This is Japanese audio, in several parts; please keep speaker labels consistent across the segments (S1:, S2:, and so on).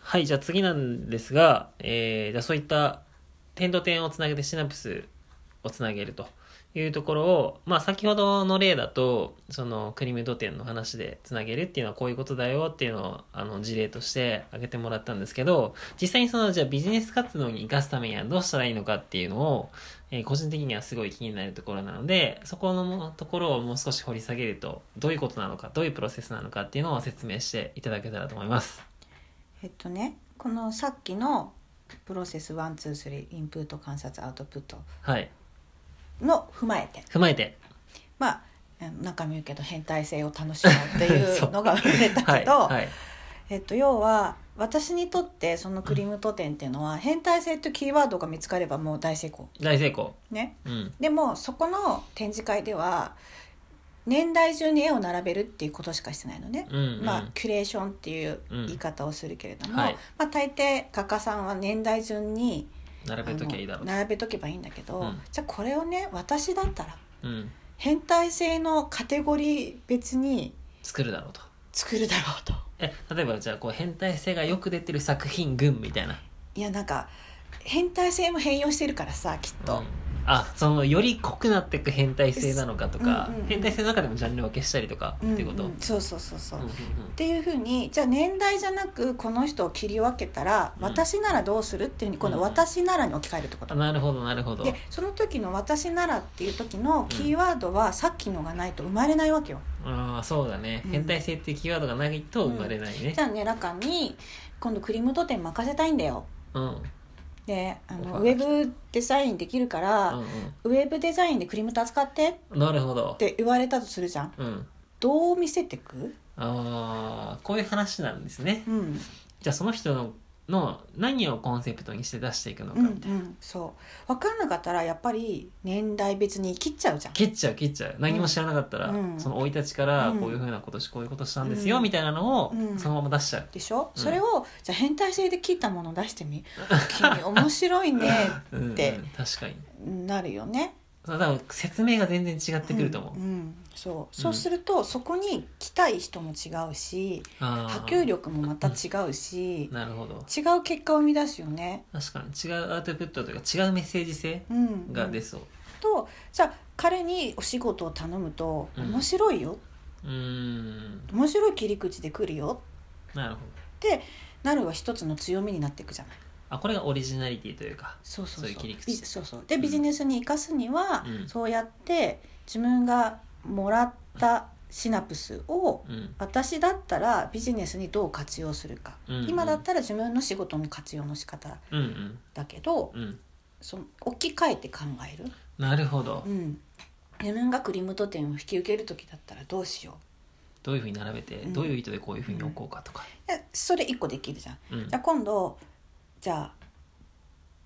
S1: はい、じゃあ次なんですが、えーじゃあそういった点と点をつなげてシナプスをつなげるというところを、まあ先ほどの例だと、そのクリムド点の話でつなげるっていうのはこういうことだよっていうのをあの事例として挙げてもらったんですけど、実際にそのじゃあビジネス活動に生かすためにはどうしたらいいのかっていうのを、えー個人的にはすごい気になるところなので、そこのところをもう少し掘り下げると、どういうことなのか、どういうプロセスなのかっていうのを説明していただけたらと思います。
S2: えっとねこのさっきのプロセス123インプット観察アウトプット
S1: はい。
S2: の踏まえて
S1: 踏まえて、
S2: まあえー中身受けと変態性を楽しもうってい
S1: そう
S2: うのが生まれた
S1: は
S2: け
S1: い、
S2: ど、
S1: はい、
S2: えっと、要は私にとってそのクリムト店っていうのは変態性というキーワードが見つかればもう大成功
S1: 大成功。
S2: ね
S1: うん、
S2: でもそこの展示会では年代順に絵を並べるっていうことしかしてないのね、
S1: うん、うん
S2: まあ、キュレーションっていう
S1: うん
S2: 言い方をするけれども、
S1: はい
S2: まあ、大抵画家さんは年代順に
S1: 並べときゃいいだろ
S2: あ
S1: う
S2: の。並べとけばいいんだけど、
S1: うん
S2: じゃあこれをね私だったら
S1: うん、
S2: 変態性のカテゴリー別に
S1: 作るだろうと。
S2: 作るだろうと。
S1: え、例えば、じゃあ、こう変態性がよく出てる作品群みたいな。
S2: いやなんか変態性も変容してるからさきっと、
S1: うんあ、そのより濃くなっていく変態性なのかとか、
S2: うんうんうん
S1: 変態性の中でもジャンル分けしたりとか、っていうこと。
S2: う
S1: うんん
S2: うんそうそうそうそう、
S1: うんう
S2: っ
S1: ん
S2: ていうふうにじゃあ年代じゃなくこの人を切り分けたら、
S1: うん
S2: 私ならどうするっていうふうに今度
S1: うんうん
S2: 私ならに置き換えるってこと、
S1: あなるほど、なるほど。
S2: でその時の私ならっていう時のキーワードはさっきのがないと生まれないわけよ、
S1: ああ、そうだね、
S2: うん
S1: 変態性っていうキーワードがないと生まれないね
S2: じ。ゃあねラカに今度クリムト店任せたいんだよ
S1: うん、うん、
S2: であの
S1: オ
S2: ウ
S1: ファーが来
S2: ェ
S1: た
S2: ブデザインできるから、ウェブデザインでクリムト扱ってっ
S1: うん。なるほど。
S2: て言われたとするじゃん
S1: うん。
S2: どう見せてく、
S1: ああ、こういう話なんですね。
S2: うん、
S1: じゃあその人のの何をコンセプトにして出していくのか
S2: うんう
S1: みたいな、
S2: ん、そう分からなかったらやっぱり年代別に切っちゃうじゃん
S1: 切っちゃう切っちゃう何も知らなかったら、
S2: うん
S1: その生い立ちから
S2: うん
S1: こういうふうなことし、こういうことしたんですよ、
S2: うん
S1: みたいなのを
S2: うん
S1: そのまま出しちゃう、
S2: でしょ、
S1: うん
S2: それをじゃあ変態性で切ったもの出して み君面白いね
S1: うんうん
S2: で
S1: 確かに
S2: なるよね
S1: そうだから説明が全然違ってくると思う、
S2: んんそうそうすると、そこに来たい人も違うし
S1: あー
S2: 波及力もまた違うし、
S1: なるほど
S2: 違う結果を生み出すよね、
S1: 確かに違うアウトプットというか違うメッセージ性
S2: うん、
S1: が出
S2: す
S1: そう
S2: とじゃあ彼にお仕事を頼むと
S1: うん
S2: 面白いよ、
S1: うーん
S2: 面白い切り口で来るよ
S1: なるほど
S2: ってなるは一つの強みになっていくじゃない
S1: あこれがオリジナリティというか
S2: そうそうそ
S1: そう
S2: う
S1: いう切り口
S2: ビジそうそうで
S1: うん
S2: ビジネスに生かすには、
S1: うん
S2: そうやって自分がもらったシナプスを
S1: うん
S2: 私だったらビジネスにどう活用するか、
S1: うんうん
S2: 今だったら自分の仕事の活用の仕方
S1: うんうん
S2: だけど
S1: うん
S2: その置き換えて考える、
S1: なるほど、
S2: うん、自分がクリムト店を引き受ける時だったらどうしよ
S1: どういうふうに並べて、
S2: うん
S1: どういう意図でこういうふうに置こうかとか、
S2: うえそれ一個できるじゃん
S1: うん
S2: じゃあ今度じゃあ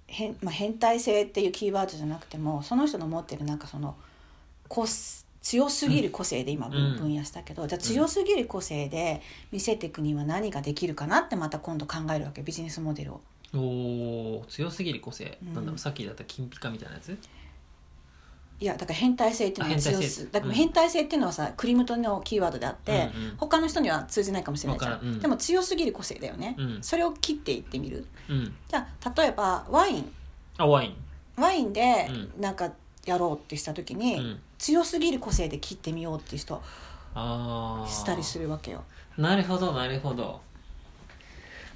S2: 変,、まあ、変態性っていうキーワードじゃなくてもその人の持ってるなんかその個す強すぎる個性で今
S1: うん
S2: 分分野したけど、じゃあ強すぎる個性で見せていくには何ができるかなってまた今度考えるわけビジネスモデルを。
S1: おー強すぎる個性、
S2: うん
S1: なんだろうさっきだった金ピカみたいなやつ
S2: いやだから変態性っていうの
S1: あ
S2: は
S1: 変
S2: 強
S1: 態性
S2: すだから
S1: うん
S2: 変態性っていうのはさクリムトのキーワードであって、
S1: うんうん
S2: 他の人には通じないかもしれないじゃ
S1: わ
S2: ん、
S1: からんうん
S2: でも強すぎる個性だよね、
S1: うん
S2: それを切っていってみる
S1: うん
S2: じゃあ例えばワイン
S1: あワイン
S2: ワインで
S1: う
S2: なんかやろうってした時に、
S1: うん
S2: 強すぎる個性で切ってみようっていう人
S1: ああ
S2: したりするわけよ。
S1: なるほどなるほど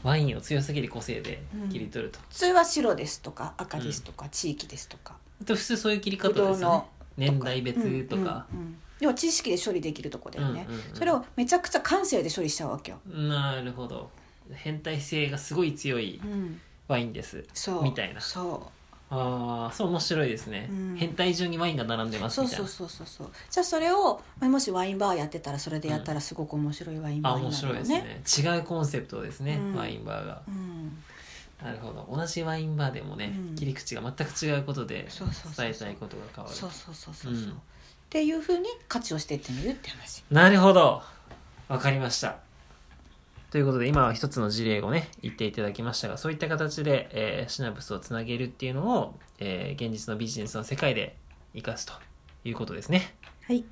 S1: ワインを強すぎる個性で切り取ると、
S2: 普通は白ですとか赤ですとか、地域ですとか
S1: で普通そういう切り方
S2: ぶ
S1: です
S2: ど
S1: よ
S2: う
S1: ね
S2: の
S1: 年代別とか
S2: うんうんうん要は知識で処理できるとこだよね、
S1: うんうんうん
S2: それをめちゃくちゃ感性で処理しちゃうわけよ。
S1: なるほど変態性がすごい強い
S2: うん、
S1: ワインです
S2: そう
S1: みたいな
S2: そう
S1: ああそう面白いですね、
S2: うん
S1: 変態順にワインが並んでます
S2: そう
S1: みたい
S2: そ
S1: な
S2: うそうそうそうじゃあそれをまあもしワインバーやってたらそれでやったらすごく面白いワイン
S1: あ
S2: バー
S1: 面
S2: になる
S1: 白い
S2: よ
S1: です
S2: ね。
S1: ね違うコンセプトですね、
S2: うん
S1: ワインバーが
S2: うん
S1: なるほど同じワインバーでもね、
S2: うん
S1: 切り口が全く違うことで
S2: そうそうそうそう
S1: 伝えたいことが変わる
S2: そうそうそうそうそう、
S1: うん
S2: っていうふうに価値をしていってみるって話。
S1: なるほどわかりましたということで今は一つの事例をね言っていただきましたがそういった形で、えーシナプスをつなげるっていうのを、えー現実のビジネスの世界で生かすということですね
S2: はい